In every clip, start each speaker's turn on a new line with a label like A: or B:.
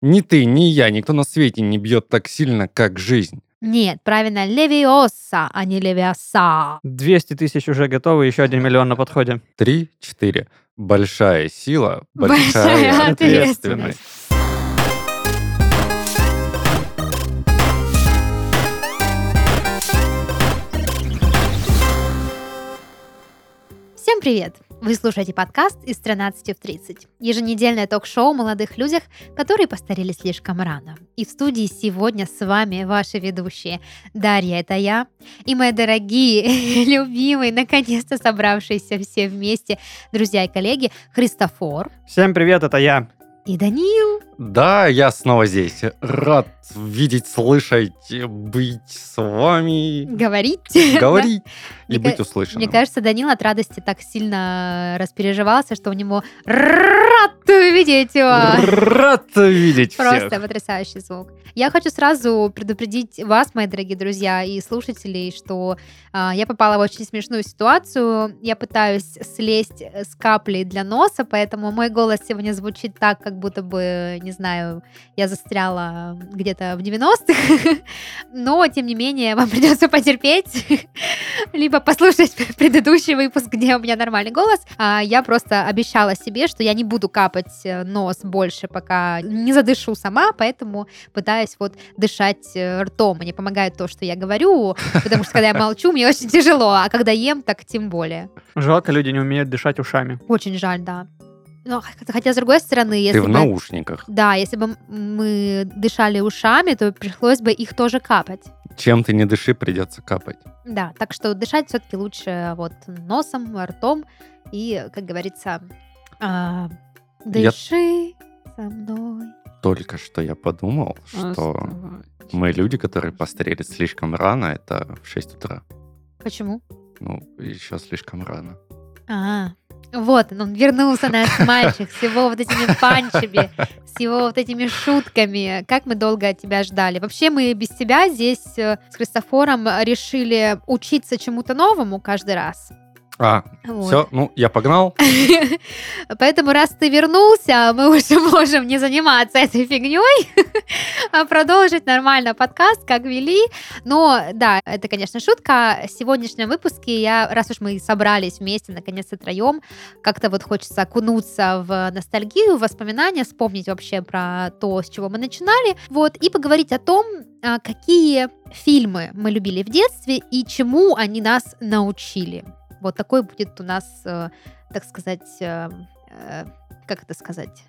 A: Ни ты, ни я, никто на свете не бьет так сильно, как жизнь.
B: Нет, правильно, левиоса, а не левиоса.
C: 200 тысяч уже готовы, еще один миллион на подходе.
A: Три, четыре. Большая сила, большая,
B: Большая
A: ответственность.
B: Всем привет! Вы слушаете подкаст «Из 13 в 30». Еженедельное ток-шоу о молодых людях, которые постарели слишком рано. И в студии сегодня с вами ваши ведущие. Дарья, это я. И мои дорогие, любимые, наконец-то собравшиеся все вместе, друзья и коллеги, Христофор
C: Всем привет, это я.
B: и Данил.
A: Да, я снова здесь. Рад видеть, слышать, быть с вами,
B: Говорить.
A: говорить и
B: Мне
A: быть
B: ка-
A: услышанным.
B: Мне кажется, Данил от радости так сильно распереживался, что у него рад видеть его.
A: Рад видеть
B: Просто
A: всех.
B: потрясающий звук. Я хочу сразу предупредить вас, мои дорогие друзья и слушателей, что а, я попала в очень смешную ситуацию. Я пытаюсь слезть с капли для носа, поэтому мой голос сегодня звучит так, как будто бы, не знаю, я застряла где-то в 90-х. Но, тем не менее, вам придется потерпеть, либо послушать предыдущий выпуск, где у меня нормальный голос. А я просто обещала себе, что я не буду капать э, нос больше, пока не задышу сама, поэтому пытаюсь вот дышать э, ртом. Мне помогает то, что я говорю, потому что когда я молчу, мне очень тяжело, а когда ем, так тем более.
C: Жалко, люди не умеют дышать ушами.
B: Очень жаль, да. Но, х- хотя, с другой стороны, если
A: Ты в
B: бы-
A: наушниках.
B: Да, если бы м- мы дышали ушами, то пришлось бы их тоже капать.
A: Чем ты не дыши, придется капать.
B: Да, так что дышать все-таки лучше э, вот носом, ртом и, как говорится, а,
A: Я-
B: дыши со мной.
A: Только что я подумал,
B: А
A: что мы люди, которые постарели слишком рано, это в 6 утра.
B: Почему?
A: Ну, еще слишком рано.
B: А, вот он, он вернулся наш мальчик с его вот этими панчами, с его вот этими шутками. Как мы долго тебя ждали. Вообще мы без тебя здесь э, с Христофором решили учиться чему-то новому каждый раз.
A: А,
B: Вот.
A: все, ну, я погнал.
B: Поэтому, раз ты вернулся, а мы уже можем не заниматься этой фигней, а продолжить нормально подкаст, как вели. Но, да, это, конечно, шутка. В сегодняшнем выпуске я, раз уж мы собрались вместе, наконец-то троем, как-то вот хочется окунуться в ностальгию, в воспоминания, вспомнить вообще про то, с чего мы начинали, вот, и поговорить о том, а, какие фильмы мы любили в детстве и чему они нас научили. Вот такой будет у нас э, так сказать, э, э, как это сказать?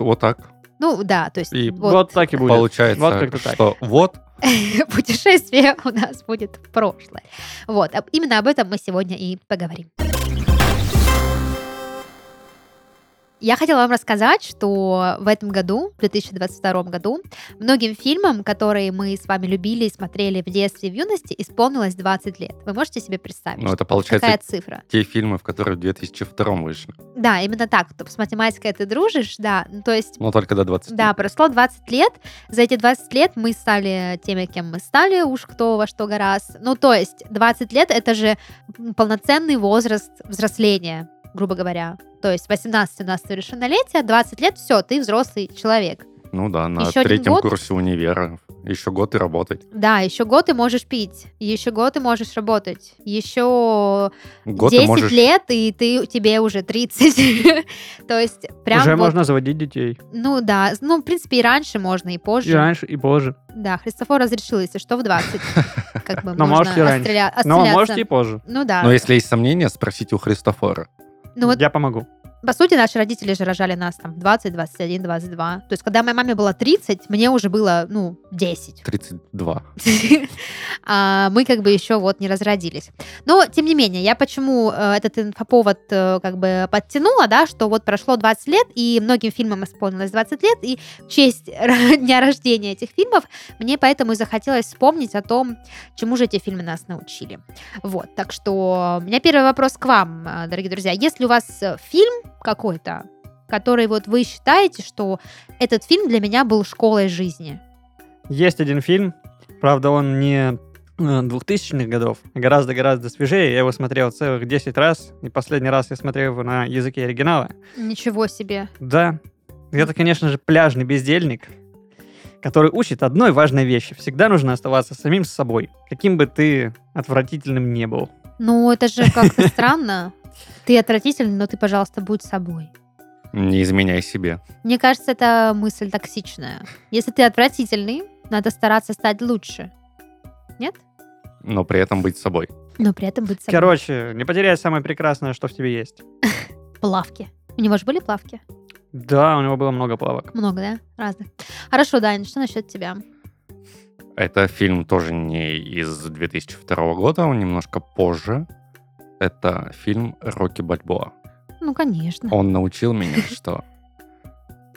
A: Вот так.
B: Ну, да, то есть
A: И
C: Вот, так и будет.
A: Получается,
C: Вот как-то так.
A: что вот
B: путешествие у нас будет в прошлое. Вот, об- именно об этом мы сегодня и поговорим. Я хотела вам рассказать, что в этом году, в 2022 году, многим фильмам, которые мы с вами любили и смотрели в детстве и в юности, исполнилось 20 лет. Вы можете себе представить,
A: Ну,
B: А, что-
A: это получается
B: какая цифра?
A: те фильмы, в которые в 2002 вышли.
B: Да, именно так. Т- С математикой ты дружишь, да. Ну, то есть
A: Но только до 20.
B: Да, прошло 20 лет. За эти 20 лет мы стали теми, кем мы стали, уж кто во что гораздо. Ну, то есть 20 лет — это же м, полноценный возраст взросления, грубо говоря. То есть 18 у нас совершеннолетие, 20 лет — все, ты взрослый человек.
A: Ну да, на
B: Еще один
A: третьем
B: год?
A: курсе универа. Еще год и работать.
B: Да, еще год ты можешь пить, еще год ты можешь работать, еще
A: Год
B: 10
A: ты можешь...
B: лет, и ты, тебе уже 30. То есть прям
C: Уже
B: вот,
C: можно заводить детей.
B: ну да, ну, в принципе, и раньше можно, и позже.
C: И раньше, и позже.
B: Да, Христофор разрешил, если что, в 20. Как бы можно
C: Но можете Ну,
B: отстреля-
C: раньше. Но
B: отстреляться.
C: можете и позже.
B: Ну да.
A: Но если есть сомнения, спросите у Христофора.
B: Ну вот,
C: Я помогу.
B: по сути, наши родители же рожали нас там в 20, 21, 22. То есть, когда моей маме было 30, мне уже было, ну, 10.
A: 32.
B: А мы как бы еще вот не разродились. Но, тем не менее, я почему э, этот инфоповод э, как бы подтянула, да, что вот прошло 20 лет, и многим фильмам исполнилось 20 лет, и в честь дня рождения этих фильмов мне поэтому и захотелось вспомнить о том, чему же эти фильмы нас научили. Вот, так что у меня первый вопрос к вам, э, дорогие друзья. Если у вас э, фильм какой-то, который вот вы считаете, что этот фильм для меня был школой жизни?
C: Есть один фильм, правда, он не э, 2000-х годов, а гораздо-гораздо свежее. Я его смотрел целых 10 раз, и последний раз я смотрел его на языке оригинала.
B: Ничего себе.
C: Да, это, конечно же, пляжный бездельник. который учит одной важной вещи. Всегда нужно оставаться самим с собой, каким бы ты отвратительным не был.
B: Ну, это же как-то странно. Ты отвратительный, но ты, пожалуйста, будь собой.
A: Не изменяй себе.
B: Мне кажется, это мысль токсичная. Если ты отвратительный, надо стараться стать лучше. Нет?
A: Но при этом быть собой.
B: Но при этом быть собой.
C: Короче, не потеряй самое прекрасное, что в тебе есть.
B: Плавки. У него же были плавки?
C: Да, у него было много плавок.
B: Много, да? Разных. Хорошо, Даня, что насчет тебя?
A: Это фильм тоже не из 2002 года, он немножко позже. Это фильм «Рокки Бальбоа».
B: Ну, конечно.
A: Он научил меня, что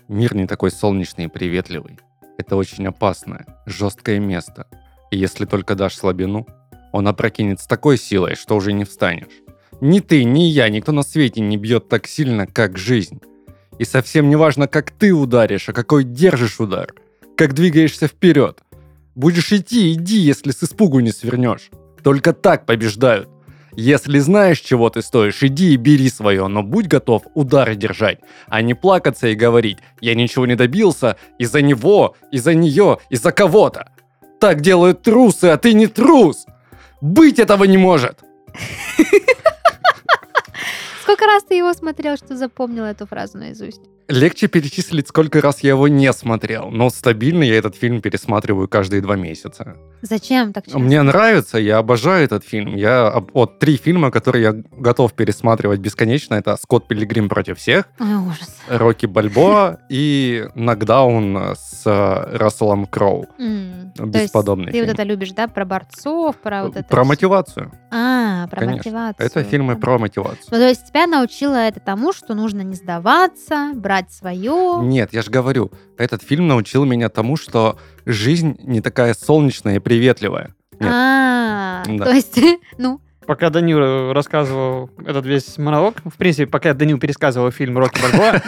A: мир не такой солнечный и приветливый. Это очень опасное, жесткое место. И если только дашь слабину, он опрокинет с такой силой, что уже не встанешь. Ни ты, ни я, никто на свете не бьет так сильно, как жизнь. И совсем не важно, как ты ударишь, а какой держишь удар, как двигаешься вперед. Будешь идти, иди, если с испугу не свернешь. Только так побеждают. Если знаешь, чего ты стоишь, иди и бери свое, но будь готов удары держать, а не плакаться и говорить «я ничего не добился из-за него, из-за нее, из-за кого-то». Так делают трусы, а ты не трус. Быть этого не может.
B: Сколько раз ты его смотрел, что запомнил эту фразу наизусть?
A: Легче перечислить, сколько раз я его не смотрел, но стабильно я этот фильм пересматриваю каждые два месяца.
B: Зачем так часто?
A: А Мне нравится, я обожаю этот фильм. Я об- вот три фильма, которые я готов пересматривать бесконечно, это «Скотт Пилигрим против всех»,
B: Ой, ужас.
A: «Рокки Бальбоа» и «Нокдаун» с э, Расселом Кроу.
B: М, то есть
A: А Бесподобный
B: Ты вот
A: фильм.
B: это любишь, да, про борцов, про А вот это...
A: Про
B: всё.
A: мотивацию.
B: А, про
A: Конечно.
B: мотивацию.
A: Это фильмы
B: Понятно.
A: про мотивацию.
B: Ну, то есть тебя научило это тому, что нужно не сдаваться, брать свое.
A: Нет, я же говорю, этот фильм научил меня тому, что жизнь не такая солнечная и приветливая. нет.
B: А,
A: Да.
B: то есть, ну,
C: Пока Данил э, рассказывал этот весь монолог, в принципе, пока Данил пересказывал фильм «Рокки Бальбоа»,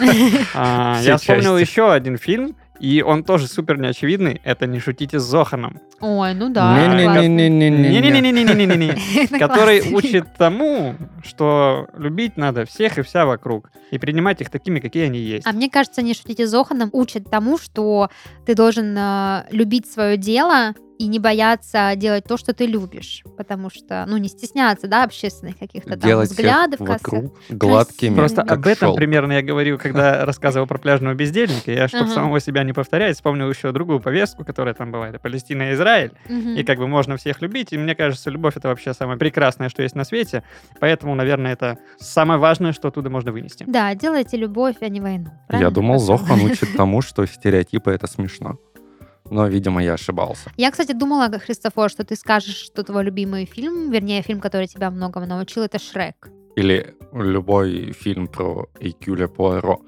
C: а,
A: Все
C: я вспомнил
A: части.
C: еще один фильм, и он тоже супер неочевидный. Это «Не шутите с Зоханом»,
B: ой, ну да. классно.
A: Не-не-не-не-не-не.
C: Не-не-не-не-не-не-не.
B: Это
C: который
B: классно.
C: учит тому, что любить надо всех и вся вокруг, и принимать их такими, какие они есть.
B: А мне кажется, не шутите Зоханом учит тому, что ты должен э, любить свое дело и не бояться делать то, что ты любишь, потому что, ну, не стесняться, да, общественных каких-то там
A: Делать всех
B: взглядов, косых.
A: вокруг гладкими.
C: Просто
A: как
C: об этом
A: шёлк.
C: примерно я говорил, когда рассказывал про пляжного бездельника. Я, чтобы
B: Ага.
C: самого себя не повторять, вспомнил еще другую повестку, которая там была. Это Палестина и Израиль.
B: Мгм.
C: И как бы можно всех любить. И мне кажется, любовь — это вообще самое прекрасное, что есть на свете. Поэтому, наверное, это самое важное, что оттуда можно вынести.
B: Да, делайте любовь, а не войну.
A: Я
B: правильно?
A: думал,
B: Красава.
A: Зохан учит тому, что стереотипы это смешно. Но, видимо, я ошибался.
B: Я, кстати, думала, Христофор, что ты скажешь, что твой любимый фильм, вернее, фильм, который тебя многому научил, это Шрек.
A: Или любой фильм про Экюля Пуаро.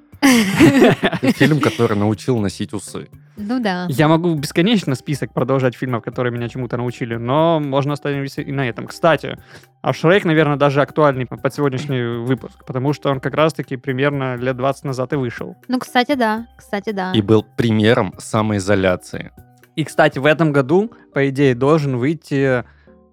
A: Фильм, который научил носить усы.
B: Ну да.
C: Я могу бесконечно список продолжать фильмов, которые меня чему-то научили, но можно остановиться и на этом. Кстати, а Шрек, наверное, даже актуальный под сегодняшний выпуск, потому что он как раз-таки примерно лет 20 назад и вышел.
B: Ну, кстати, да. Кстати, да.
A: И был примером самоизоляции.
C: И, кстати, в этом году, по идее, должен выйти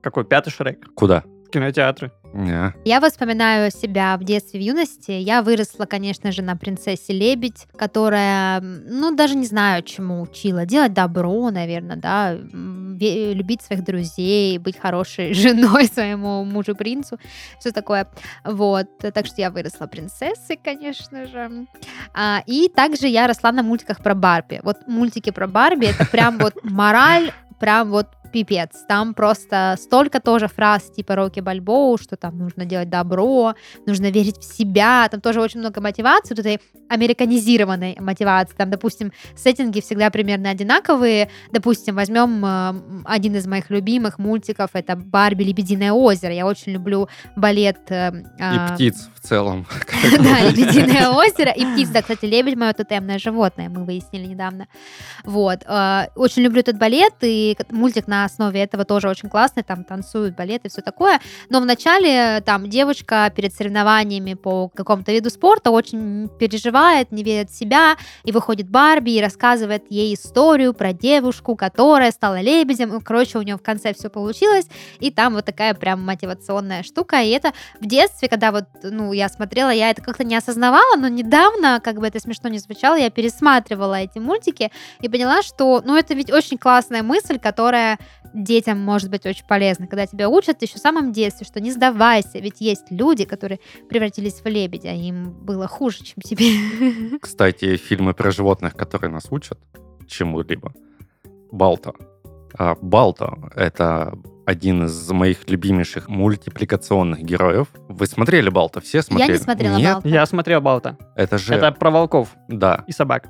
C: какой пятый Шрек
A: Куда?
C: в кинотеатры.
A: Не.
B: Я воспоминаю себя в детстве, в юности. Я выросла, конечно же, на принцессе Лебедь, которая, м, ну, даже не знаю, чему учила. Делать добро, наверное, да, м, ве- любить своих друзей, быть хорошей женой своему мужу-принцу, все такое. Вот, так что я выросла принцессой, конечно же. А, и также я росла на мультиках про Барби. Вот мультики про Барби, это прям вот мораль, прям вот пипец. Там просто столько тоже фраз типа Рокки Бальбоу, что там нужно делать добро, нужно верить в себя. Там тоже очень много мотивации, вот этой американизированной мотивации. Там, допустим, сеттинги всегда примерно одинаковые. Допустим, возьмем э, м, один из моих любимых мультиков, это Барби «Лебединое озеро». Я очень люблю балет... э,
A: И
B: а,
A: птиц в целом.
B: да, лебединое озеро и птица. Да, кстати, лебедь мое тотемное животное, мы выяснили недавно. Вот. э, Очень люблю этот балет и к- мультик на на основе этого тоже очень классный, там танцуют, балет и все такое. Но вначале э, там девочка перед соревнованиями по какому-то виду спорта очень переживает, не верит в себя, и выходит Барби и рассказывает ей историю про девушку, которая стала лебедем. Ну, Короче, у нее в конце все получилось, и там вот такая прям мотивационная штука. И это в детстве, когда вот, ну, я смотрела, я это как-то не осознавала, но недавно, как бы это смешно не звучало, я пересматривала эти мультики и поняла, что, ну, это ведь очень классная мысль, которая детям может быть очень полезна, когда тебя учат еще в самом детстве, что не сдавайся, ведь есть люди, которые превратились в лебедя, и им было хуже, чем тебе.
A: Кстати, фильмы про животных, которые нас учат чему-либо. Балта. А, Балта — это один из моих любимейших мультипликационных героев. Вы смотрели Балта? Все
B: Я
A: смотрели?
B: не смотрела
A: Нет?
B: «Балта».
C: Я смотрел Балта.
A: Это же...
C: Это про волков
A: Да,
C: и собак.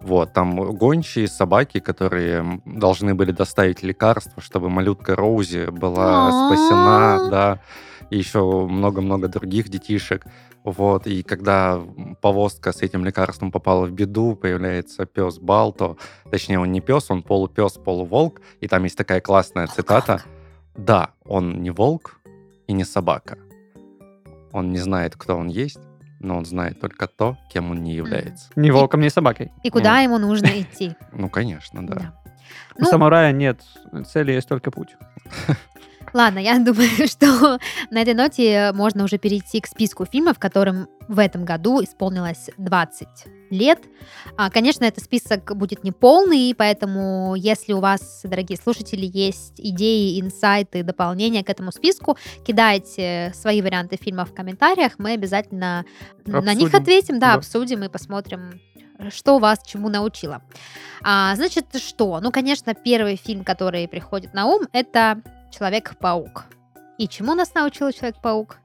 A: вот, там гончие собаки, которые должны были доставить лекарства, чтобы малютка Роузи была
B: А-а-а.
A: спасена, да, и еще много-много других детишек. Вот, и когда повозка с этим лекарством попала в беду, появляется пес Балто, точнее, он не пес, он полупес, полуволк, и там есть такая классная цитата. Да, он не волк и не собака. Он не знает, кто он есть, но он знает только то, кем он не является.
C: Ни волком, ни собакой.
B: И куда ему нужно идти.
A: Ну, конечно, да.
B: Да.
C: У
B: Ну-
C: самурая нет цели, есть только путь.
B: Ладно, я думаю, что на этой ноте можно уже перейти к списку фильмов, которым в этом году исполнилось 20 лет. А, конечно, этот список будет неполный, поэтому если у вас, дорогие слушатели, есть идеи, инсайты, дополнения к этому списку, кидайте свои варианты фильмов в комментариях, мы обязательно на них
C: Обсудим.
B: ответим, да,
C: Да.
B: обсудим и посмотрим, что вас чему научило. А, значит, что? Ну, конечно, первый фильм, который приходит на ум, это Человек-паук. И чему нас научил Человек-паук?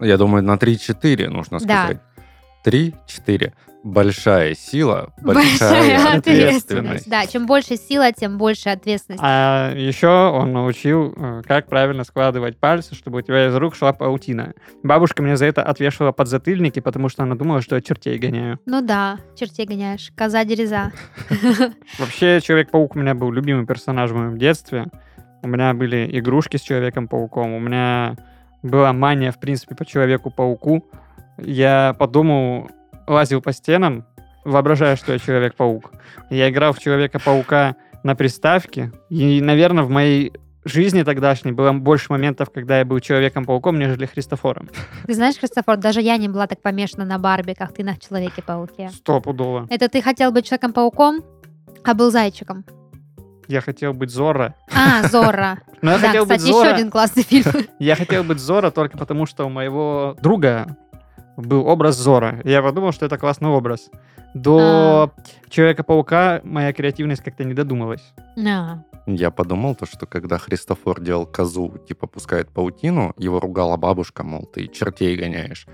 A: Я думаю, на 3-4 нужно
B: Да.
A: сказать. 3-4. Большая сила, большая,
B: Большая
A: ответственность.
B: Да, чем больше сила, тем больше ответственность.
C: А еще он научил, э, как правильно складывать пальцы, чтобы у тебя из рук шла паутина. Бабушка мне за это отвешивала подзатыльники, потому что она думала, что я чертей гоняю.
B: Ну да, чертей гоняешь, коза дереза.
C: Вообще, Человек-паук у меня был любимый персонаж в моем детстве. У меня были игрушки с Человеком-пауком. У меня была мания, в принципе, по Человеку-пауку. Я по дому лазил по стенам, воображая, что я Человек-паук. Я играл в Человека-паука на приставке. И, наверное, в моей жизни тогдашней было больше моментов, когда я был Человеком-пауком, нежели Христофором.
B: Ты знаешь, Христофор, даже я не была так помешана на Барби, как ты на Человеке-пауке.
C: Стопудово.
B: Это ты хотел быть Человеком-пауком, а был зайчиком.
C: Я хотел быть Зора.
B: А, Зорро.
C: Но я
B: Да,
C: хотел
B: кстати,
C: быть
B: еще
C: Зорро.
B: один классный фильм.
C: Я хотел быть Зора только потому, что у моего друга был образ Зора. Я подумал, что это классный образ. До
B: А.
C: Человека-паука моя креативность как-то не додумалась.
B: Да.
A: Я подумал, то, что когда Христофор делал козу, типа пускает паутину, его ругала бабушка, мол, ты чертей гоняешь.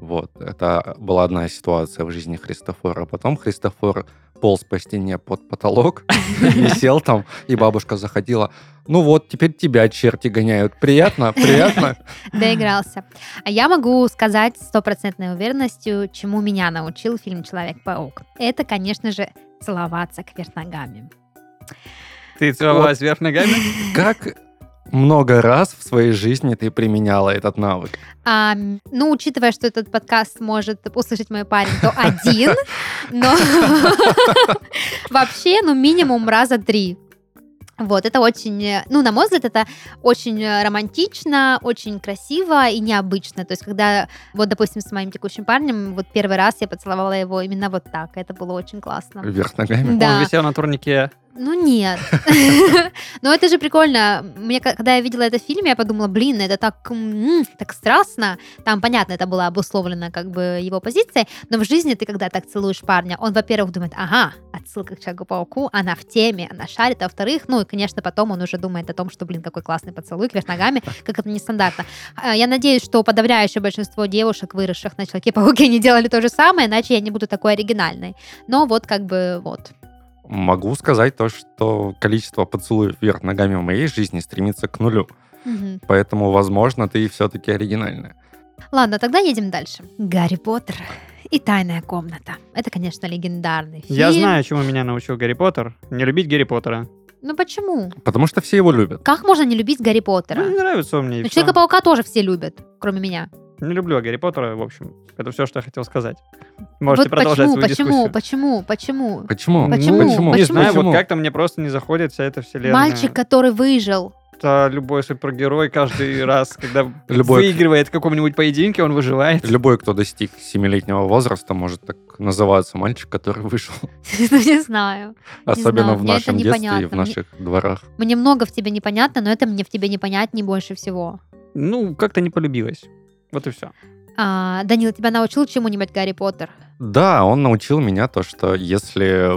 A: Вот, это была одна ситуация в жизни Христофора. Потом Христофор полз по стене под потолок, висел там, и бабушка заходила. Ну вот, теперь тебя черти гоняют. Приятно, приятно.
B: Доигрался. А я могу сказать с стопроцентной уверенностью, чему меня научил фильм «Человек-паук». Это, конечно же, целоваться кверх ногами.
C: Ты целовалась вверх ногами?
A: Как много раз в своей жизни ты применяла этот навык?
B: А, м, ну, учитывая, что этот подкаст может услышать мой парень, то один, но вообще, ну, минимум раза три. Вот, это очень, э, ну, на мой взгляд, это очень э, романтично, очень красиво и необычно. То есть, когда, вот, допустим, с моим текущим парнем, вот первый раз я поцеловала его именно вот так, это было очень классно.
A: Вверх ногами?
B: Да.
C: Он висел на турнике.
B: Ну нет. Но это же прикольно. Мне, ка- когда я видела это в фильме, я подумала, блин, это так, м, так страстно. Там, понятно, это было обусловлено как бы его позицией, но в жизни ты, когда так целуешь парня, он, во-первых, думает, ага, отсылка к Человеку-пауку, она в теме, она шарит, а во-вторых, ну и, конечно, потом он уже думает о том, что, блин, какой классный поцелуй кверх ногами, как это нестандартно. А, Я надеюсь, что подавляющее большинство девушек, выросших на Человеке-пауке, не делали то же самое, иначе я не буду такой оригинальной. Но вот как бы вот.
A: Могу сказать то, что количество поцелуев вверх ногами в моей жизни стремится к нулю.
B: Мгм.
A: Поэтому, возможно, ты все-таки оригинальная.
B: Ладно, тогда едем дальше. Гарри Поттер и тайная комната. Это, конечно, легендарный фильм.
C: Я знаю, чему меня научил Гарри Поттер. Не любить Гарри Поттера.
B: Ну почему?
A: Потому что все его любят.
B: Как можно не любить Гарри Поттера?
C: Ну, не нравится он мне. и
B: Ну,
C: всё.
B: Человека-паука тоже все любят, кроме меня.
C: Не люблю Гарри Поттера, в общем. Это все, что я хотел сказать. Можете
B: вот
C: продолжать
B: почему,
C: свою
B: почему,
C: дискуссию.
B: почему, почему,
A: Почему?
B: Почему?
C: Ну,
A: Почему?
C: Не
B: Почему?
C: знаю,
A: Почему?
C: вот как-то мне просто не заходит вся эта вселенная.
B: Мальчик, который выжил.
C: Это э, любой супергерой каждый раз, когда
A: Любой.
C: выигрывает в каком-нибудь поединке, он выживает.
A: Любой, кто достиг семилетнего возраста, может так называться мальчик, который вышел.
B: Ну, не знаю.
A: Особенно
B: знаю,
A: в
B: мне это
A: нашем детстве и
B: непонятно.
A: в
B: Мне-
A: наших дворах.
B: Мне много в тебе непонятно, но это мне в тебе непонятнее больше всего.
C: Ну, как-то не полюбилось. Вот и все.
B: А, Данил, тебя научил чему-нибудь Гарри Поттер?
A: Да, он научил меня то, что если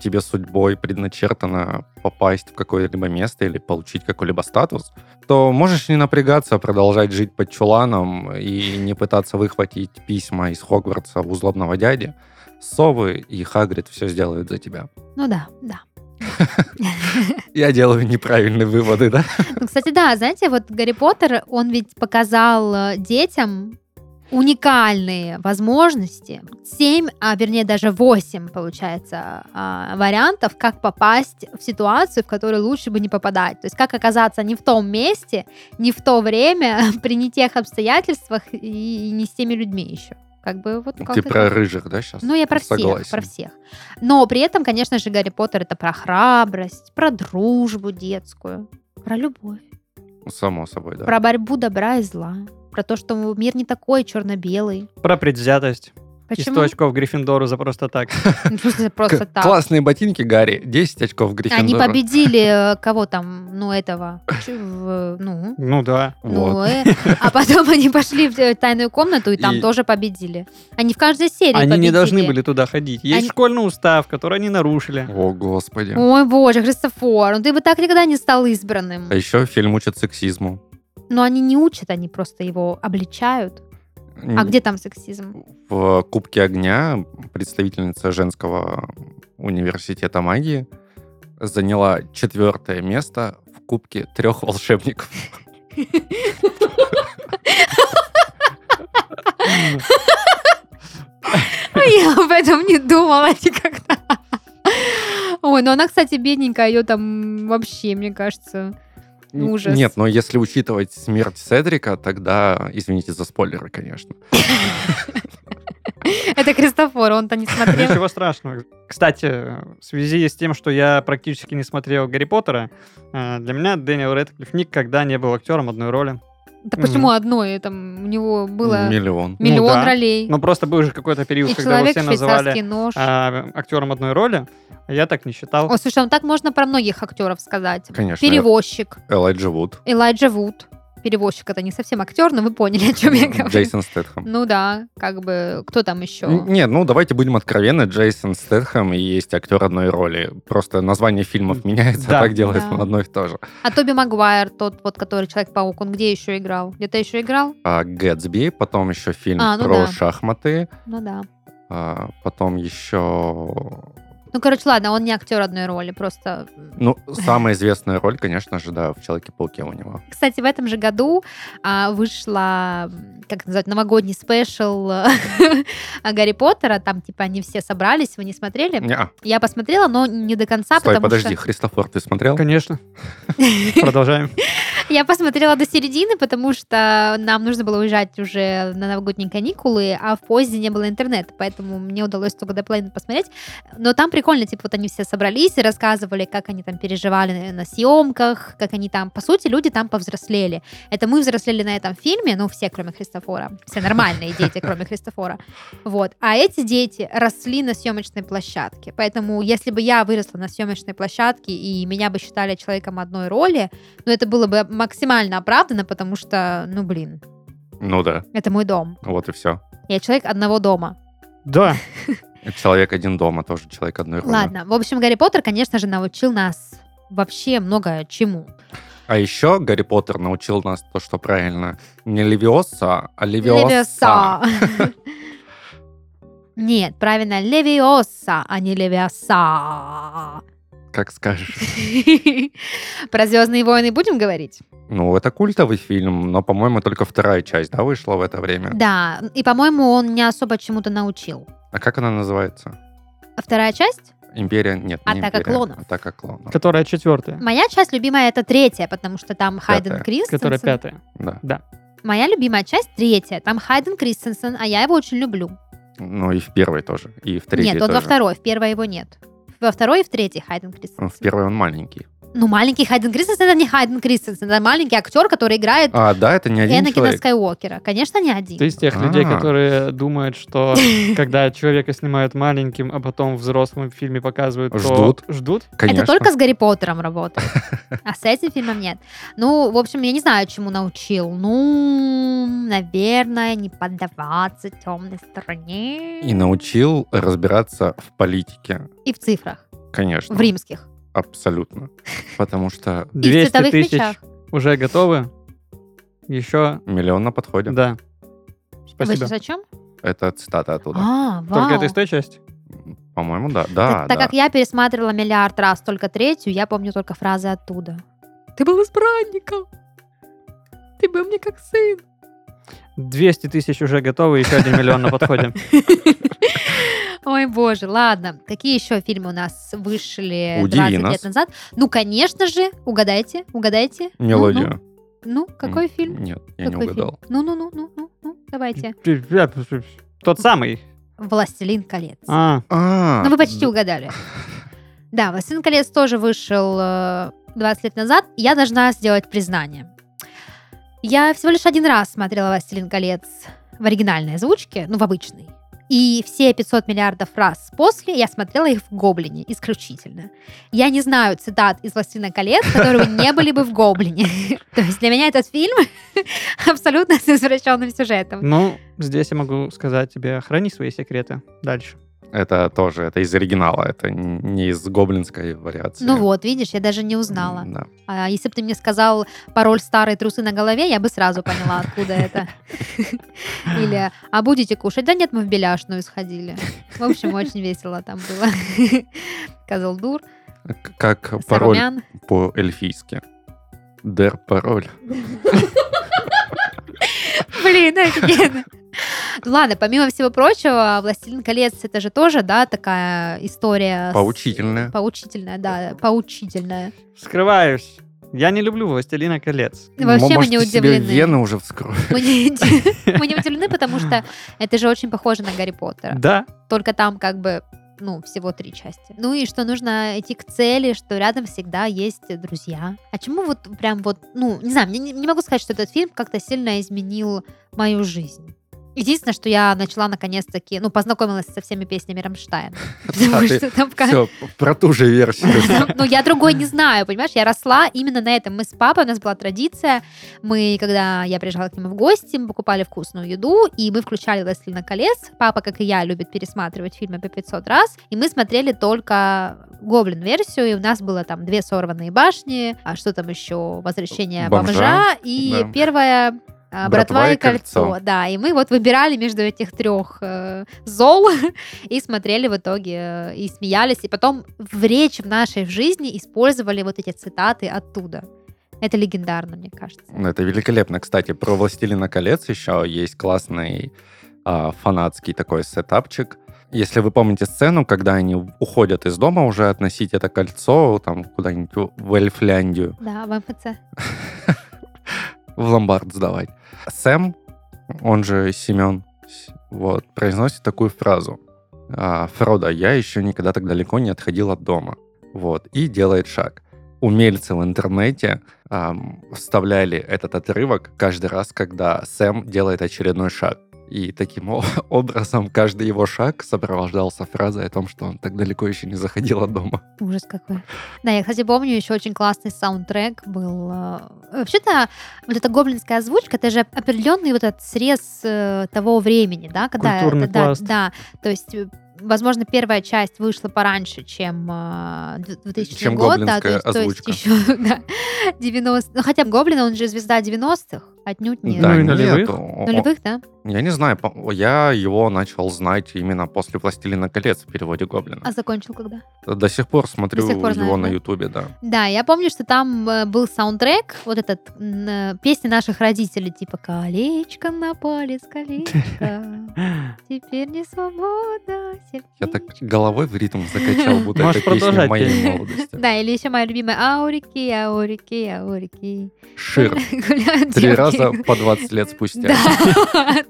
A: тебе судьбой предначертано попасть в какое-либо место или получить какой-либо статус, то можешь не напрягаться, продолжать жить под чуланом и не пытаться выхватить письма из Хогвартса у злобного дяди. Совы и Хагрид все сделают за тебя.
B: Ну да, да.
A: Я делаю неправильные выводы, да?
B: Ну, кстати, да, знаете, вот Гарри Поттер, он ведь показал э, детям уникальные возможности. Семь, а вернее даже восемь, получается, а, вариантов, как попасть в ситуацию, в которую лучше бы не попадать. То есть как оказаться не в том месте, не в то время, при не тех обстоятельствах и, и не с теми людьми еще. Как бы вот
A: Ну, Ты
B: как-то
A: про
B: так.
A: рыжих, да, сейчас?
B: Ну, я про
A: Согласен.
B: всех, про всех. Но при этом, конечно же, Гарри Поттер это про храбрость, про дружбу детскую, про любовь
A: Само собой, да.
B: про борьбу добра и зла, про то, что мир не такой черно-белый.
C: Про предвзятость. И
B: Почему?
C: 100 очков Гриффиндору за просто так.
B: Ну, в смысле,
A: К-
B: просто так.
A: Классные ботинки, Гарри. 10 очков Гриффиндора.
B: Они победили э, кого там, ну, этого, ч- в, э, ну,
C: Ну да.
B: ну,
A: Вот.
B: э, а потом они пошли в э, тайную комнату и там
A: И- тоже
B: тоже победили. Они в каждой серии
C: Они
B: победили.
C: не должны были туда ходить. Есть
B: Они-
C: школьный устав, который они нарушили.
A: О, господи.
B: Ой, боже, Христофор, ну ты бы так никогда не стал избранным.
A: А еще фильм учат сексизму.
B: Но они не учат, они просто его обличают. А
A: Н-
B: где там сексизм?
A: в Кубке огня представительница женского университета магии заняла четвертое место в Кубке трех волшебников.
B: Ой, А Я об этом не думала никогда. Ой, ну она, кстати, бедненькая, ее там вообще, мне кажется. Ну, Ужас.
A: Нет, но если учитывать смерть Седрика, тогда, извините за спойлеры, конечно.
B: Это Кристофор, он-то не смотрел.
C: Ничего страшного. Кстати, в связи с тем, что я практически не смотрел Гарри Поттера, э, для меня Дэниел Рэдклифф никогда не был актером одной роли.
B: Так почему одной? Там у него было
A: Миллион.
C: Ну
B: миллион
C: да.
B: ролей.
C: Но просто был же какой-то период,
B: И
C: когда его
B: человек
C: все называли
B: швейцарский нож.
C: а, актером одной роли. а Я так не считал.
B: О, слушай, ну так можно про многих актеров сказать.
A: Конечно.
B: Перевозчик,
A: Элайджа Вуд.
B: Элайджа Вуд. Перевозчик это не совсем актер, но вы поняли, о чем я говорю.
A: Джейсон Стэтхэм.
B: Ну да, как бы, кто там еще?
A: Н- Нет, ну давайте будем откровенны, Джейсон Стэтхэм и есть актер одной роли. Просто название фильмов меняется,
C: Да.
A: а так делает
B: Да.
A: он одно и то же.
B: А Тоби Магуайр, тот вот, который Человек-паук, он где еще играл? Где-то еще играл?
A: А, Гэтсби, потом еще фильм
B: А, ну
A: про
B: да.
A: шахматы,
B: Ну да.
A: а, потом еще...
B: Ну, короче, ладно, он не актер одной роли, просто...
A: Ну, самая известная роль, конечно же, да, в «Человеке-пауке» у него.
B: Кстати, в этом же году а, вышла, м, как это называть, новогодний спешл а, Гарри Поттера. Там, типа, они все собрались, вы не смотрели.
A: Неа.
B: Я посмотрела, но не до конца,
A: а, Стой,
B: Э, а, потому
A: подожди, Христофор, ты смотрел?
C: Конечно. Продолжаем.
B: что я посмотрела до середины, потому что нам нужно было уезжать уже на новогодние каникулы, а в поезде не было интернета, поэтому мне удалось только до половины посмотреть. Но там прикольно, типа, вот они все собрались и рассказывали, как они там переживали на- на съемках, как они там... По сути, люди там повзрослели. Это мы взрослели на этом фильме, ну, все, кроме Христофора. Все нормальные дети, кроме Христофора. Вот. А эти дети росли на съемочной площадке. Поэтому, если бы я выросла на съемочной площадке, и меня бы считали человеком одной роли, ну, это было бы максимально оправдано, потому что, ну, блин,
A: Ну да,
B: это мой дом.
A: вот и все.
B: Я человек одного дома.
C: Да.
A: «Человек один дома» тоже «Человек одной роли».
B: Ладно, в общем, Гарри Поттер, конечно же, научил нас вообще много чему.
A: А еще Гарри Поттер научил нас то, что правильно не Левиоса, а Левиоса.
B: Левиоса. Нет, правильно, Левиоса, а не Левиоса.
A: Как скажешь.
B: Про Звездные войны будем говорить?
A: Ну, это культовый фильм, но, по-моему, только вторая часть, да, вышла в это время?
B: Да, и, по-моему, он не особо чему-то научил.
A: А как она называется?
B: А вторая часть?
A: Империя нет. не империя.
B: Атака
A: А
B: клонов.
A: Атака клонов.
C: Которая четвертая.
B: Моя часть любимая это третья, потому что там Хайден
A: Пятая.
B: Кристенсен.
C: Которая пятая.
A: Да.
B: Моя любимая часть третья, там Хайден Кристенсен, а я его очень люблю.
A: Ну и в первой тоже. И в третьей
B: нет, он во
A: тоже.
B: второй, в первой его нет. Во второй и в третьей Хайден Кристенсен.
A: Ну, В первой он маленький.
B: Ну, маленький Хайден Кристенсен это не Хайден Кристенсен, это маленький актер, который играет
A: А, да, это не один
B: Энакина
A: человек.
B: Скайуокера. Конечно, не один.
C: Ты из тех людей,
A: А.
C: которые думают, что когда человека снимают маленьким, а потом взрослым в фильме показывают, то
A: Ждут.
C: ждут.
A: Конечно.
B: Это только с Гарри Поттером работает. А с этим фильмом нет. Ну, в общем, я не знаю, чему научил. Ну, наверное, не поддаваться темной стороне.
A: И научил разбираться в политике.
B: И в цифрах,
A: Конечно.
B: в римских.
A: Абсолютно. Потому что
B: И в
C: 200
B: цветовых
C: тысяч
B: мечах.
C: уже готовы. Еще,
A: миллион на подходе.
C: да.
B: Вы
C: Спасибо.
B: сейчас о чем?
A: Это цитата оттуда.
B: А, вау.
C: Только это из той части?
A: По-моему, да.
B: Так,
A: Да,
B: так
A: А, да.
B: как я пересматривала миллиард раз только третью, я помню только фразы оттуда. Ты был избранником. Ты был мне как сын.
C: 200 тысяч уже готовы, еще один миллион на подходе.
B: Ой, боже, ладно. Какие еще фильмы у нас вышли
A: Удиви
B: 20
A: нас.
B: лет назад? Ну, конечно же, угадайте, угадайте. Ну,
A: Мелодию.
B: Ну, ну, какой
A: М,
B: фильм?
A: Нет, я не
B: Какой
A: угадал.
B: фильм? Ну, ну, ну, ну, ну, ну, давайте.
C: Тот самый.
B: Властелин колец.
C: А,
A: А,
B: Ну, вы почти
A: д-
B: угадали. Да, «Властелин колец» тоже вышел э, 20 лет назад. Я должна сделать признание. Я всего лишь один раз смотрела «Властелин колец» в оригинальной озвучке, ну, в обычной. И все 500 миллиардов раз после я смотрела их в «Гоблине» исключительно. Я не знаю цитат из «Властелина колец», которые не были бы в «Гоблине». То есть для меня этот фильм абсолютно с извращенным сюжетом.
C: ну, здесь я могу сказать тебе, храни свои секреты. Дальше.
A: Это тоже, это из оригинала, это не из гоблинской вариации.
B: Ну вот, видишь, я даже не узнала.
A: М, Да.
B: А если бы ты мне сказал пароль «старые трусы на голове», я бы сразу поняла, откуда это. Или «А будете кушать?» Да нет, мы в беляшную сходили. В общем, очень весело там было. Козелдур,
A: К- Как пароль
B: Сарумян.
A: по-эльфийски. Дер пароль.
B: Блин, офигенно. Ну ладно, помимо всего прочего, «Властелин колец» — это же тоже, да, такая история... с-
A: Поучительная.
B: Поучительная, да, поучительная.
C: Вскрываюсь. Я не люблю «Властелина колец».
B: И Вообще мы
A: Может,
B: не
A: ты себе
B: удивлены.
A: вены уже вскроешь.
B: Мы не мы не удивлены, потому что это же очень похоже на Гарри Поттера.
C: Да,
B: Только там как бы ну, всего три части. Ну и что нужно идти к цели, что рядом всегда есть друзья. А чему вот прям вот, ну, не знаю, мне не, не могу сказать, что этот фильм как-то сильно изменил мою жизнь. Единственное, что я начала наконец-таки, ну, познакомилась со всеми песнями Рамштайн. Потому
A: Да, ты
B: что там как-
A: Все, про ту же версию.
B: ну, я другой не знаю, понимаешь? Я росла именно на этом. Мы с папой, у нас была традиция. Мы, когда я приезжала к нему в гости, мы покупали вкусную еду, и мы включали «Властелина колец». Папа, как и я, любит пересматривать фильмы по 500 раз. И мы смотрели только «Гоблин-версию», и у нас было там две сорванные башни, а что там еще, «Возвращение бомжа»,
A: Бомжа,
B: и
A: да.
B: первая а, Братва и кольцо. да, и мы вот выбирали между этих трех э, зол и смотрели в итоге э, и смеялись, и потом в речи в нашей жизни использовали вот эти цитаты оттуда. Это легендарно, мне кажется.
A: Ну, Это великолепно. Кстати, про «Властелина колец» еще есть классный а, фанатский такой сетапчик. Если вы помните сцену, когда они уходят из дома уже относить это кольцо там куда-нибудь в- в Эльфляндию,
B: Да, в МФЦ.
A: в ломбард сдавать. Сэм, он же Семен, с- вот, произносит такую фразу. А, Фродо, я еще никогда так далеко не отходил от дома. Вот, и делает шаг. Умельцы в интернете ам, вставляли этот отрывок каждый раз, когда Сэм делает очередной шаг. И таким о- образом каждый его шаг сопровождался фразой о том, что он так далеко еще не заходил от дома.
B: Ужас какой. Да, я, кстати, помню, еще очень классный саундтрек был. э, Вообще-то, вот эта гоблинская озвучка, это же определенный вот этот срез э, того времени, да, когда... это-
C: Культурный
B: да,
C: пласт.
B: да, то есть... э, Возможно, первая часть вышла пораньше, чем э, д- 2000
A: Чем
B: год, да, то
A: гоблинская
B: есть, то есть
A: озвучка.
B: еще да, 90 Ну, хотя бы Гоблин, он же звезда 90-х, отнюдь не
C: Да, Ну и
A: нет,
C: нулевых.
A: о- о-
B: нулевых, да?
A: Я не знаю, по- я его начал знать именно после «Властелина колец» в переводе Гоблина.
B: А закончил когда?
A: До сих пор смотрю
B: До сих пор
A: его
B: знаешь,
A: на
B: да?
A: Ютубе, да.
B: Да, я помню, что там э, был саундтрек, вот этот, м, э, песни наших родителей, типа «Колечко на палец, колечко, теперь не свобода,
A: Я так
B: сердечко».
A: головой в ритм закачал, будто
C: Можешь
A: это песня
C: продолжать
A: моей
C: петь.
A: молодости.
B: Да, или еще моя любимая «Аурики, аурики, аурики».
A: Шир.
B: Гуляют
A: Три
B: девки.
A: раза по 20 лет спустя.
B: Да.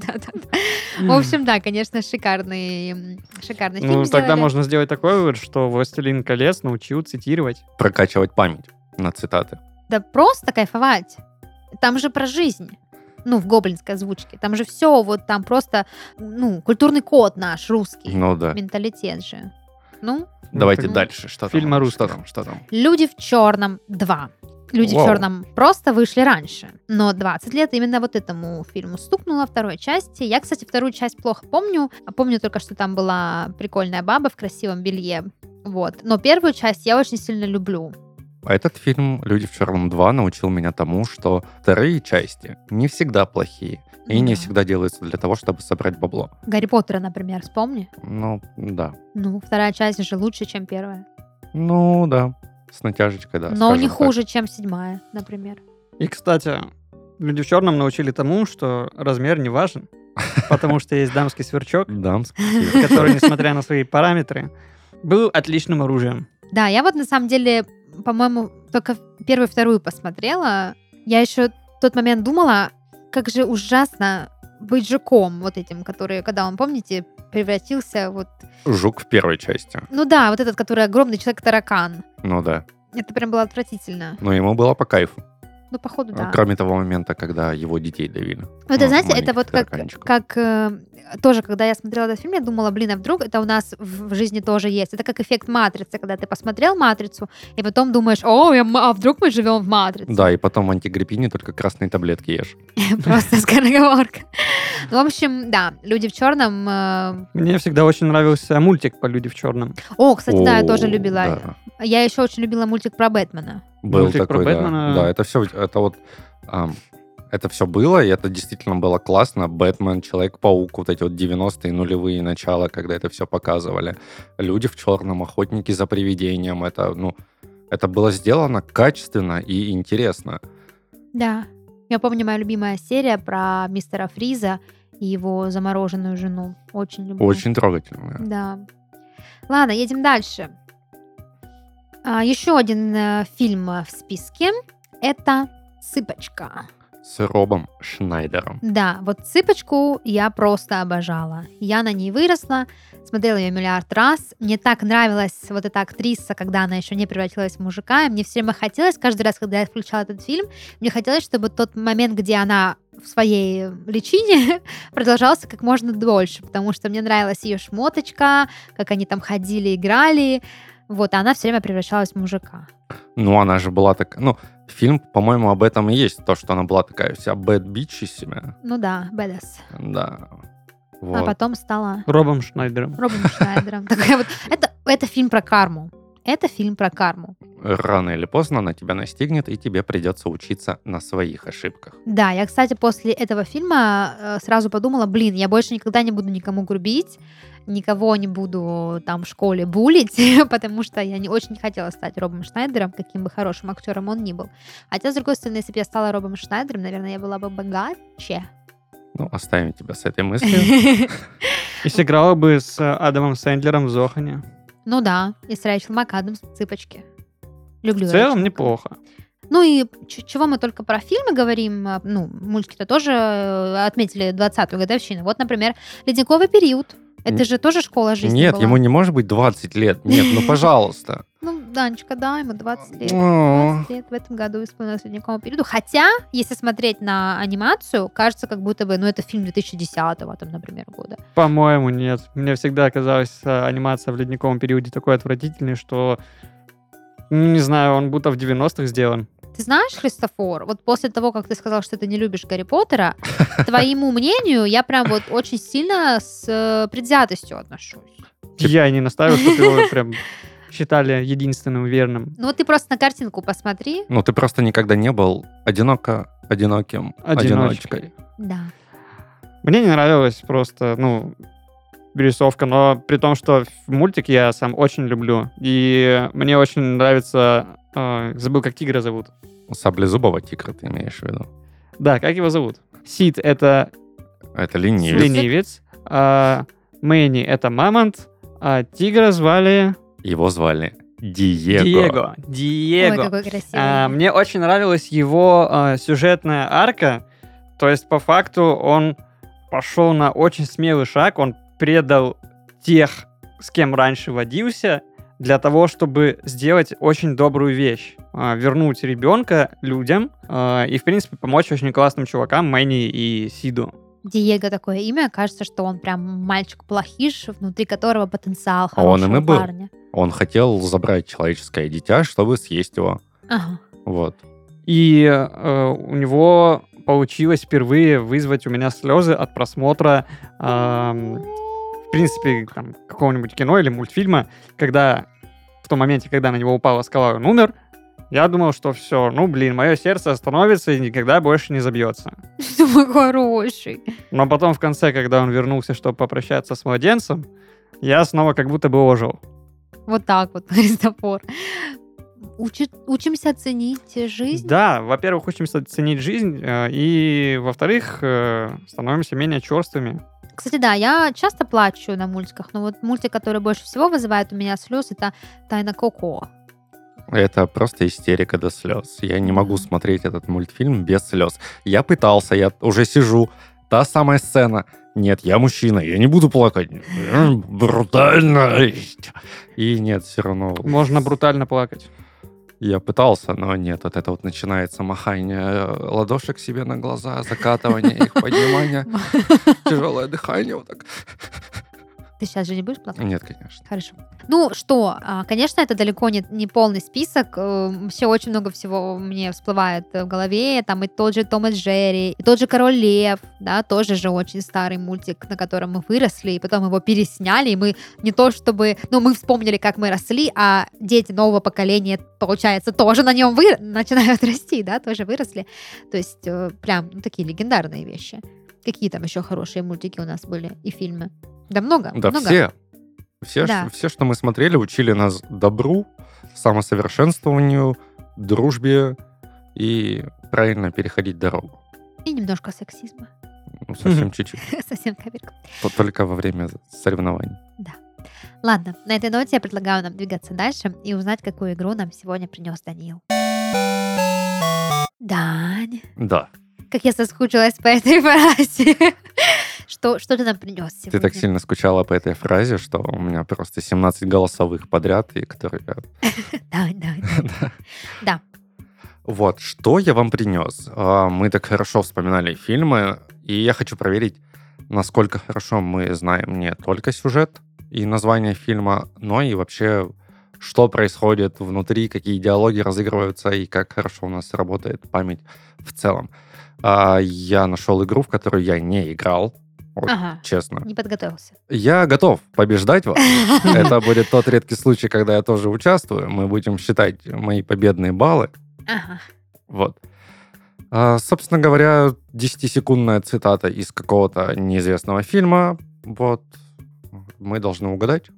B: Да, да, да. В общем, да, конечно, шикарный, м, шикарный фильм
C: Ну, тогда
B: сделали.
C: можно сделать такой вывод, что «Властелин колец» научил цитировать.
A: Прокачивать память на цитаты.
B: Да просто кайфовать. Там же про жизнь. Ну, в гоблинской озвучке. Там же все, вот там просто, ну, культурный код наш, русский.
A: Ну да.
B: Менталитет же. Ну,
A: Давайте
B: Мгм.
A: дальше. Что там?
C: Фильм о русских.
A: Что там? Что там?
B: «Люди в черном 2». «Люди в
A: Вау.
B: черном» просто вышли раньше. Но 20 лет именно вот этому фильму стукнуло второй части. Я, кстати, вторую часть плохо помню. А Помню только, что там была прикольная баба в красивом белье. Вот. Но первую часть я очень сильно люблю.
A: А Этот фильм «Люди в черном 2» научил меня тому, что вторые части не всегда плохие. И не
B: Да.
A: всегда делаются для того, чтобы собрать бабло.
B: Гарри Поттера, например, вспомни.
A: Ну, да.
B: Ну, вторая часть же лучше, чем первая.
A: Ну, да. С натяжечкой, да.
B: Но не
A: скажем так.
B: хуже, чем седьмая, например.
C: И, кстати, люди в черном научили тому, что размер не важен, потому что есть дамский сверчок,
A: Дамский фильм.
C: который, несмотря на свои параметры, был отличным оружием.
B: Да, я вот на самом деле, по-моему, только первую и вторую посмотрела. Я еще в тот момент думала, как же ужасно быть жуком вот этим, который, когда он, помните, превратился вот...
A: Жук в первой части.
B: Ну да, вот этот, который огромный человек-таракан.
A: Ну да.
B: Это прям было отвратительно.
A: Но ему было по кайфу.
B: Ну, походу, да.
A: Кроме того момента, когда его детей давили.
B: Ну, это,
A: Ну,
B: знаете, это
A: маленьких
B: вот как,
A: тараканчиков.
B: как э, тоже, когда я смотрела этот фильм, я думала, блин, а вдруг это у нас в в жизни тоже есть. Это как эффект матрицы, когда ты посмотрел матрицу, и потом думаешь, о, я м- а вдруг мы живем в матрице?
A: Да, и потом в антигриппине только красные таблетки ешь.
B: Просто скороговорка. Ну, В общем, да, люди в черном. э,
C: Мне всегда очень нравился мультик по «Люди в черном».
B: О, кстати, да, я тоже
A: О,
B: любила.
A: да.
B: Я еще очень любила мультик про Бэтмена.
A: Был
C: Мультик про
A: такой, да.
C: Бэтмена.
A: Да, это все, это вот, ам, это все было, и это действительно было классно. Бэтмен, Человек-паук, вот эти вот 90-е, нулевые начала, когда это все показывали. Люди в черном, охотники за привидением, это, ну, это было сделано качественно и интересно.
B: Да. Я помню моя любимая серия про мистера Фриза и его замороженную жену. Очень люблю.
A: Очень трогательно.
B: Да. Ладно, едем дальше. А, еще один э, фильм э, в списке. Это «Цыпочка».
A: С Робом Шнайдером.
B: Да, вот «Цыпочку» я просто обожала. Я на ней выросла, смотрела ее миллиард раз. Мне так нравилась вот эта актриса, когда она еще не превратилась в мужика. И мне все время хотелось, каждый раз, когда я включала этот фильм, мне хотелось, чтобы тот момент, где она в своей личине продолжался как можно дольше, потому что мне нравилась ее шмоточка, как они там ходили, играли. Вот, а она все время превращалась в мужика.
A: Ну, она же была такая... Ну, фильм, по-моему, об этом и есть. То, что она была такая вся бэт-бич из себя.
B: Ну да, бедас.
A: Да.
B: А
A: Вот.
B: потом стала
C: Робом Шнайдером.
B: Робом Шнайдером. Такая вот. Это, это фильм про карму. Это фильм про карму.
A: рано или поздно она тебя настигнет, и тебе придется учиться на своих ошибках.
B: Да, я, кстати, после этого фильма э, сразу подумала, блин, я больше никогда не буду никому грубить, никого не буду там в школе булить, потому что я не очень хотела стать Робом Шнайдером, каким бы хорошим актером он ни был. Хотя, с другой стороны, если бы я стала Робом Шнайдером, наверное, я была бы богаче.
A: Ну, оставим тебя с этой мыслью.
B: Ну
C: И сыграла бы с э, Адамом Сэндлером в «Зохане».
B: Ну да, и с Рэйчел МакАдамс в цыпочке. Люблю Рэйчел
C: В целом
B: МакАдамс.
C: неплохо.
B: Ну и ч- чего мы только про фильмы говорим, а, ну, мультики-то тоже э, отметили 20-ю годовщину. Вот, например, «Ледниковый период». Это
A: Н-
B: же тоже школа жизни
A: Нет,
B: была.
A: ему не может быть 20 лет. Нет, ну, пожалуйста. Ну.
B: Ну, Данечка, да, ему 20 лет.
A: О,
B: 20 лет в этом году исполнилось «Ледниковому периоду». Хотя, если смотреть на анимацию, кажется, как будто бы, ну, это фильм 2010-го, там, например, года.
C: По-моему, нет. Мне всегда казалась э, анимация в ледниковом периоде такой отвратительной, что, ну, не знаю, он будто в 90-х сделан.
B: Ты знаешь, Христофор, вот после того, как ты сказал, что ты не любишь Гарри Поттера, твоему мнению я прям вот очень сильно с э, предвзятостью отношусь.
C: Я и не настаиваю, что его прям считали единственным верным.
B: Ну вот ты просто на картинку посмотри.
A: Ну, ты просто никогда не был одиноко, одиноким,
C: Одиночкой.
A: одиночкой.
B: Да.
C: Мне не нравилась просто, ну, рисовка, но при том, что мультик я сам очень люблю. И мне очень нравится... э, забыл, как тигра зовут.
A: Саблезубого тигра ты имеешь в виду?
C: Да, как его зовут? Сид — это
A: А Это ленивец.
C: ленивец, а Мэнни — это мамонт, а тигра звали...
A: Его звали Диего.
C: Диего.
B: Ой,
C: Диего.
B: какой красивый.
C: А, Мне очень нравилась его а, сюжетная арка. То есть, по факту, он пошел на очень смелый шаг. Он предал тех, с кем раньше водился, для того, чтобы сделать очень добрую вещь. А, Вернуть ребенка людям а, и, в принципе, помочь очень классным чувакам Мэнни и Сиду.
B: Диего такое имя, кажется, что он прям мальчик-плохиш, внутри которого потенциал
A: А он
B: хорошего
A: им и был.
B: парня.
A: Он хотел забрать человеческое дитя, чтобы съесть его.
B: Ага.
A: Вот.
C: И э, у него получилось впервые вызвать у меня слезы от просмотра ам, в принципе, там, какого-нибудь кино или мультфильма, когда в том моменте, когда на него упала скала, и он умер, я думал, что все, ну, блин, мое сердце остановится и никогда больше не забьется.
B: Такой хороший.
C: Но потом в конце, когда он вернулся, чтобы попрощаться с младенцем, я снова как будто бы ожил.
B: Вот так вот, Христофор. Учит- учимся ценить жизнь.
C: Да, во-первых, учимся ценить жизнь, э, и, во-вторых, э, становимся менее черствыми.
B: Кстати, да, я часто плачу на мультиках, но вот мультик, который больше всего вызывает у меня слез, это «Тайна Коко».
A: Это просто истерика до слез. Я не могу смотреть этот мультфильм без слез. Я пытался, я уже сижу. Та самая сцена. Нет, я мужчина, я не буду плакать. М, Брутально. И нет, все равно.
C: Можно брутально плакать.
A: Я пытался, но нет, вот это вот начинается махание э, ладошек себе на глаза, закатывание их, поднимание, тяжелое дыхание вот так.
B: Ты сейчас же не будешь плакать?
A: Нет, конечно.
B: Хорошо. Ну что, а, конечно, это далеко не, не полный список. Все очень много всего мне всплывает в голове. Там и тот же Том и Джерри, и тот же Король Лев, да, тоже же очень старый мультик, на котором мы выросли, и потом его пересняли, и мы не то чтобы... Ну, мы вспомнили, как мы росли, а дети нового поколения, получается, тоже на нем вы... начинают расти, да, тоже выросли. То есть э, прям ну, такие легендарные вещи. Какие там еще хорошие мультики у нас были и фильмы? Ну Да много,
A: Да,
B: много.
A: все. Все,
B: Да.
A: ш- все, что мы смотрели, учили нас добру, самосовершенствованию, дружбе и правильно переходить дорогу.
B: И немножко сексизма.
A: Ну, совсем
C: Мгм.
A: чуть-чуть.
B: Совсем капелька.
A: То только во время соревнований.
B: Ладно, на этой ноте я предлагаю нам двигаться дальше и узнать, какую игру нам сегодня принес Данил. Дань,
A: Да.
B: как я соскучилась по этой фразе. Что, что ты нам принес сегодня?
A: Ты так сильно скучала по этой фразе, что у меня просто 17 голосовых подряд, и которые...
B: Дань, Дань, Дань.
A: Вот, что я вам принес? А, Мы так хорошо вспоминали фильмы, и я хочу проверить, насколько хорошо мы знаем не только сюжет и название фильма, но и вообще, что происходит внутри, какие диалоги разыгрываются и как хорошо у нас работает память в целом. А, Я нашел игру, в которую я не играл,
B: Ага,
A: честно.
B: не подготовился.
A: Я готов побеждать вас. Это будет тот редкий случай, когда я тоже участвую. Мы будем считать мои победные баллы.
B: Ага.
A: Вот. А, собственно говоря, 10-секундная цитата из какого-то неизвестного фильма. Вот. Мы должны угадать,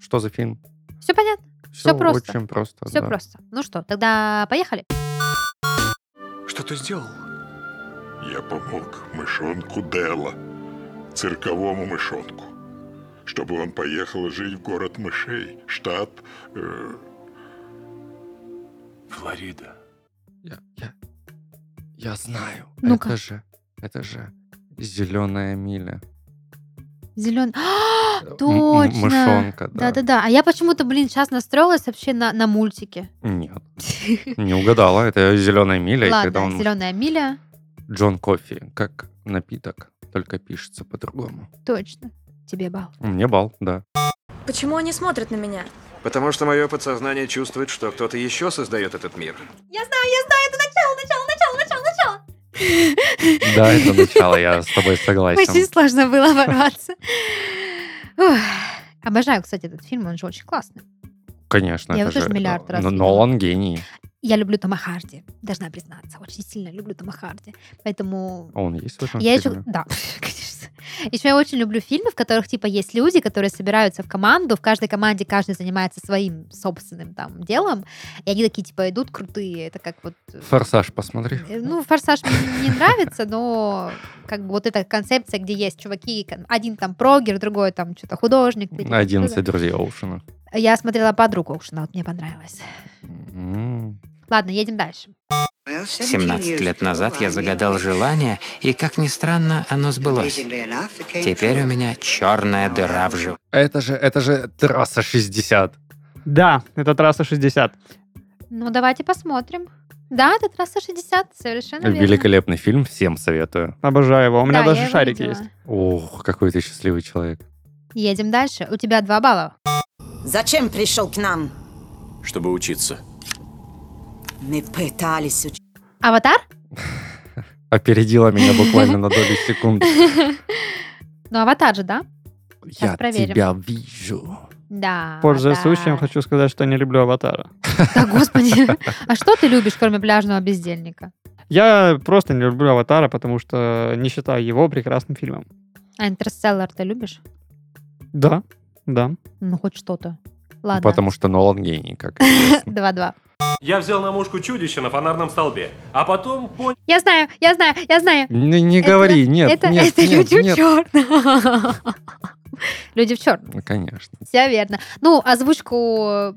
A: что за фильм.
B: Все понятно,
A: Всё
B: просто.
A: Очень просто.
B: все
A: да.
B: просто. Ну что, тогда поехали.
D: Что ты сделал?
E: Я помог мышонку Дела, цирковому мышонку, чтобы он поехал жить в город мышей, штат... э,
D: Флорида.
A: Я, я- я знаю.
B: Ну-ка.
A: Это же, это же зеленая миля.
B: Зеленый.
A: М- м-
B: Точно.
A: мышонка, да.
B: А, Да-да-да. А я почему-то, блин, сейчас настроилась вообще на, на мультики.
A: Нет, не угадала. Это зеленая миля. и когда
B: Ладно,
A: он
B: зеленая миля.
A: Джон Кофи, как напиток, только пишется по-другому.
B: Точно. Тебе бал.
A: Мне бал, да.
F: Почему они смотрят на меня?
D: Потому что мое подсознание чувствует, что кто-то еще создает этот мир.
F: Я знаю, я знаю, это начало, начало, начало, начало, начало.
A: Да, это начало, я с тобой согласен.
B: Очень сложно было ворваться. Ух. Обожаю, кстати, этот фильм, он же очень классный.
A: Конечно,
B: Я
A: это
B: его тоже
A: же
B: миллиард раз
A: Н-
B: видела.
A: Нолан гений.
B: Я люблю Тома Харди, должна признаться. Очень сильно люблю Тома Харди. Поэтому
A: А он есть в этом
B: я
A: фильме?
B: еще... Да, конечно. Еще я очень люблю фильмы, в которых, типа, есть люди, которые собираются в команду, в каждой команде каждый занимается своим собственным там делом, и они такие, типа, идут крутые. Это как вот... э,
A: Форсаж посмотри.
B: Э, Ну, «Форсаж» мне не нравится, но как бы вот эта концепция, где есть чуваки, кон- один там прогер, другой там что-то художник. третий там что-то.
A: 11 друзей Оушена.
B: Я смотрела «Подругу Оушена», вот мне понравилось.
A: М.
B: Ладно, едем дальше.
G: 17 лет назад я загадал желание, и, как ни странно, оно сбылось. Теперь у меня черная дыра в животе.
A: Это же, это же трасса 60.
C: Да, это трасса 60.
B: Ну, давайте посмотрим. Да, это трасса 60, совершенно верно.
A: Великолепный фильм, всем советую.
C: Обожаю его. У меня
B: Да, я
C: даже
B: его
C: шарики
B: видела.
C: есть.
A: Ох, какой ты счастливый человек.
B: Едем дальше. У тебя два балла.
H: Зачем пришел к нам?
I: чтобы учиться.
H: Мы пытались учить.
B: Аватар?
A: Опередила меня буквально на долю секунды.
B: Ну, аватар же, да? Сейчас
A: Я
B: проверим.
A: тебя вижу.
B: А, Да.
C: Пользуясь
B: аватар.
C: случаем, хочу сказать, что я не люблю аватара.
B: Да, господи. А что ты любишь, кроме пляжного бездельника?
C: Я просто не люблю аватара, потому что не считаю его прекрасным фильмом.
B: А интерстеллар ты любишь?
C: Да, да.
B: Ну, хоть что-то. Ладно.
A: Потому что Нолан гений, как
B: Два-два.
J: Я взял на мушку чудище на фонарном столбе, а потом понял,
B: Я знаю, я знаю, я знаю.
A: Не, не
B: Это-
A: говори, нет,
B: это,
A: нет,
B: это
A: нет,
B: люди в
A: нет.
B: черном. Люди в черном.
A: Ну, Конечно.
B: Все верно. Ну, озвучку...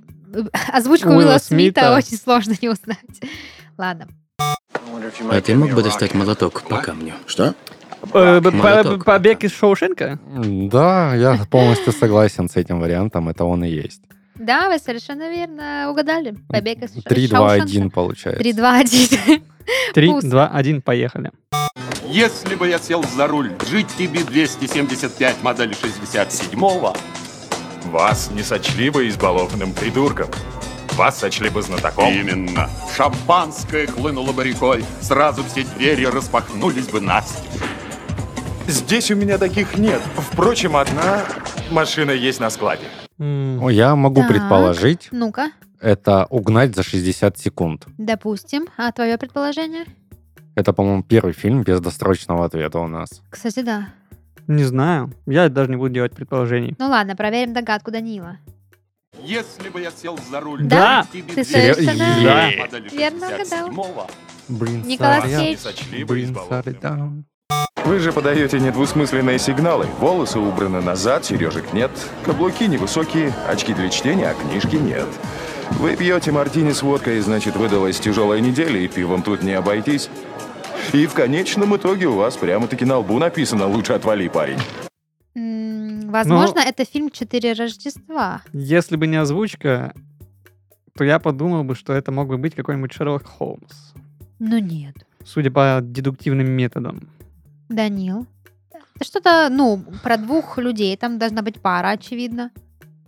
B: Озвучку
C: Уилла
B: Уилла Смита,
C: Смита.
B: очень сложно не узнать. Ладно.
I: А ты мог бы достать молоток по камню? Что?
C: Э, б-
I: Молоток.
C: п- Побег из Шоушенка?
A: Да, я полностью согласен с этим вариантом, это он и есть.
B: Да, вы совершенно верно угадали. Побег из Ша-
A: 3-2-1
B: Шаушенка.
A: получается.
B: 3-2-1.
C: Три,
B: Пусть.
C: два, один, поехали.
I: Если бы я сел за руль GTB 275 модели 67-го,
K: Вас не сочли бы избалованным придурком. Вас сочли бы знатоком.
E: Именно.
I: шампанское хлынуло бы рекой, сразу все двери распахнулись бы настежь.
K: Здесь у меня таких нет. Впрочем, одна машина есть на складе.
C: М,
A: Ну, Я могу
B: Так.
A: предположить,
B: Ну-ка,
A: это угнать за 60 секунд.
B: допустим. А твое предположение?
A: Это, по-моему, первый фильм без досрочного ответа у нас.
B: Кстати, да.
C: Не знаю. Я даже не буду делать предположений.
B: Ну ладно, проверим догадку Данила.
I: Если бы я сел за руль
B: Да,
I: GTB
B: ты
I: 275
A: совершенно
I: модели
B: верно угадал.
I: 67-го,
A: Блин,
B: Николас
A: sorry,
B: Кейдж.
K: сочли
A: I'm
K: бы
A: being sorry,
K: избалованным.
A: down.
K: Вы же подаете недвусмысленные сигналы. Волосы убраны назад, сережек нет, каблуки невысокие, очки для чтения, а книжки нет. Вы пьете мартини с водкой, значит, выдалась тяжелая неделя, и пивом тут не обойтись. И в конечном итоге у вас прямо-таки на лбу написано «Лучше отвали, парень».
B: М, Возможно, это фильм «Четыре Рождества».
C: Если бы не озвучка, то я подумал бы, что это мог бы быть какой-нибудь Шерлок Холмс.
B: Ну нет.
C: Судя по дедуктивным методам.
B: Данил. Это что-то, ну, про двух людей. Там должна быть пара, очевидно.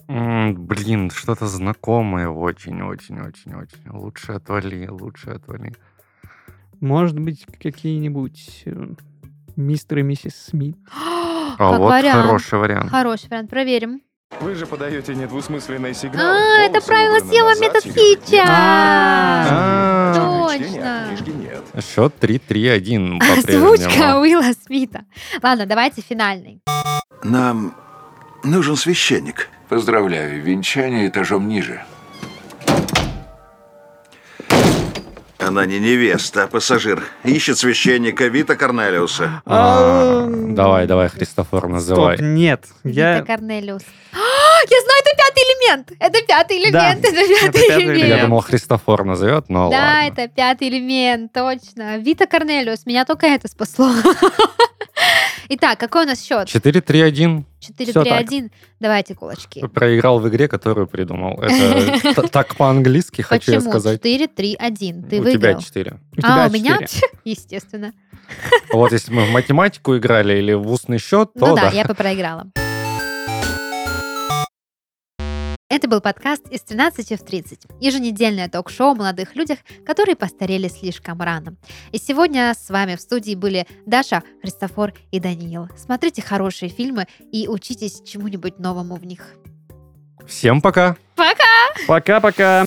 A: М, Блин, что-то знакомое очень-очень-очень-очень. Лучше отвали, лучше отвали.
C: Может быть, какие-нибудь э, мистер и миссис Смит.
A: А
B: Как
A: вот
B: вариант.
A: хороший вариант.
B: Хороший вариант. Проверим.
K: Вы же подаете недвусмысленные сигналы.
B: А, это
K: Волосы
B: правило
K: убраны
B: съела
K: назад,
B: метод
K: сигарет нет,
B: Хитча.
A: А,
K: очки для чтения,
B: Точно.
K: а книжки нет.
A: Счет 3-3-1
B: Озвучка
A: по-прежнему.
B: Уилла Смита. Ладно, давайте финальный.
L: Нам нужен священник. Поздравляю, венчание этажом ниже.
D: Она не невеста, а пассажир. Ищет священника Вита Корнелиуса.
A: А,
C: Ам.
A: Давай, давай, Христофор, называй.
C: Стоп, нет. Я...
B: Вита Корнелиус. А, Я знаю, это пятый элемент. Это пятый
C: Да,
B: элемент.
C: это
B: Это пятый
C: пятый
A: Я
C: элемент.
B: элемент.
A: думал, Христофор назовет, но
B: Да,
A: ладно.
B: это пятый элемент, точно. Вита Корнелиус. Меня только это спасло. Итак, какой у нас счет?
A: 4-3-1. всё так.
B: 4-3-1. Давайте кулачки.
A: Проиграл в игре, которую придумал. Это т- так по-английски, хочу я
B: Почему?
A: сказать.
B: 4-3-1. Ты
A: у тебя
B: выиграл.
A: 4.
C: У тебя
B: А, у меня?
C: четыре.
B: Естественно.
A: Вот если мы в математику играли или в устный счет, то
B: Ну да,
A: да.
B: я бы проиграла. Это был подкаст из 13 в 30. Еженедельное ток-шоу о молодых людях, которые постарели слишком рано. И сегодня с вами в студии были Даша, Христофор и Даниил. Смотрите хорошие фильмы и учитесь чему-нибудь новому в них.
A: Всем пока!
C: Пока-пока.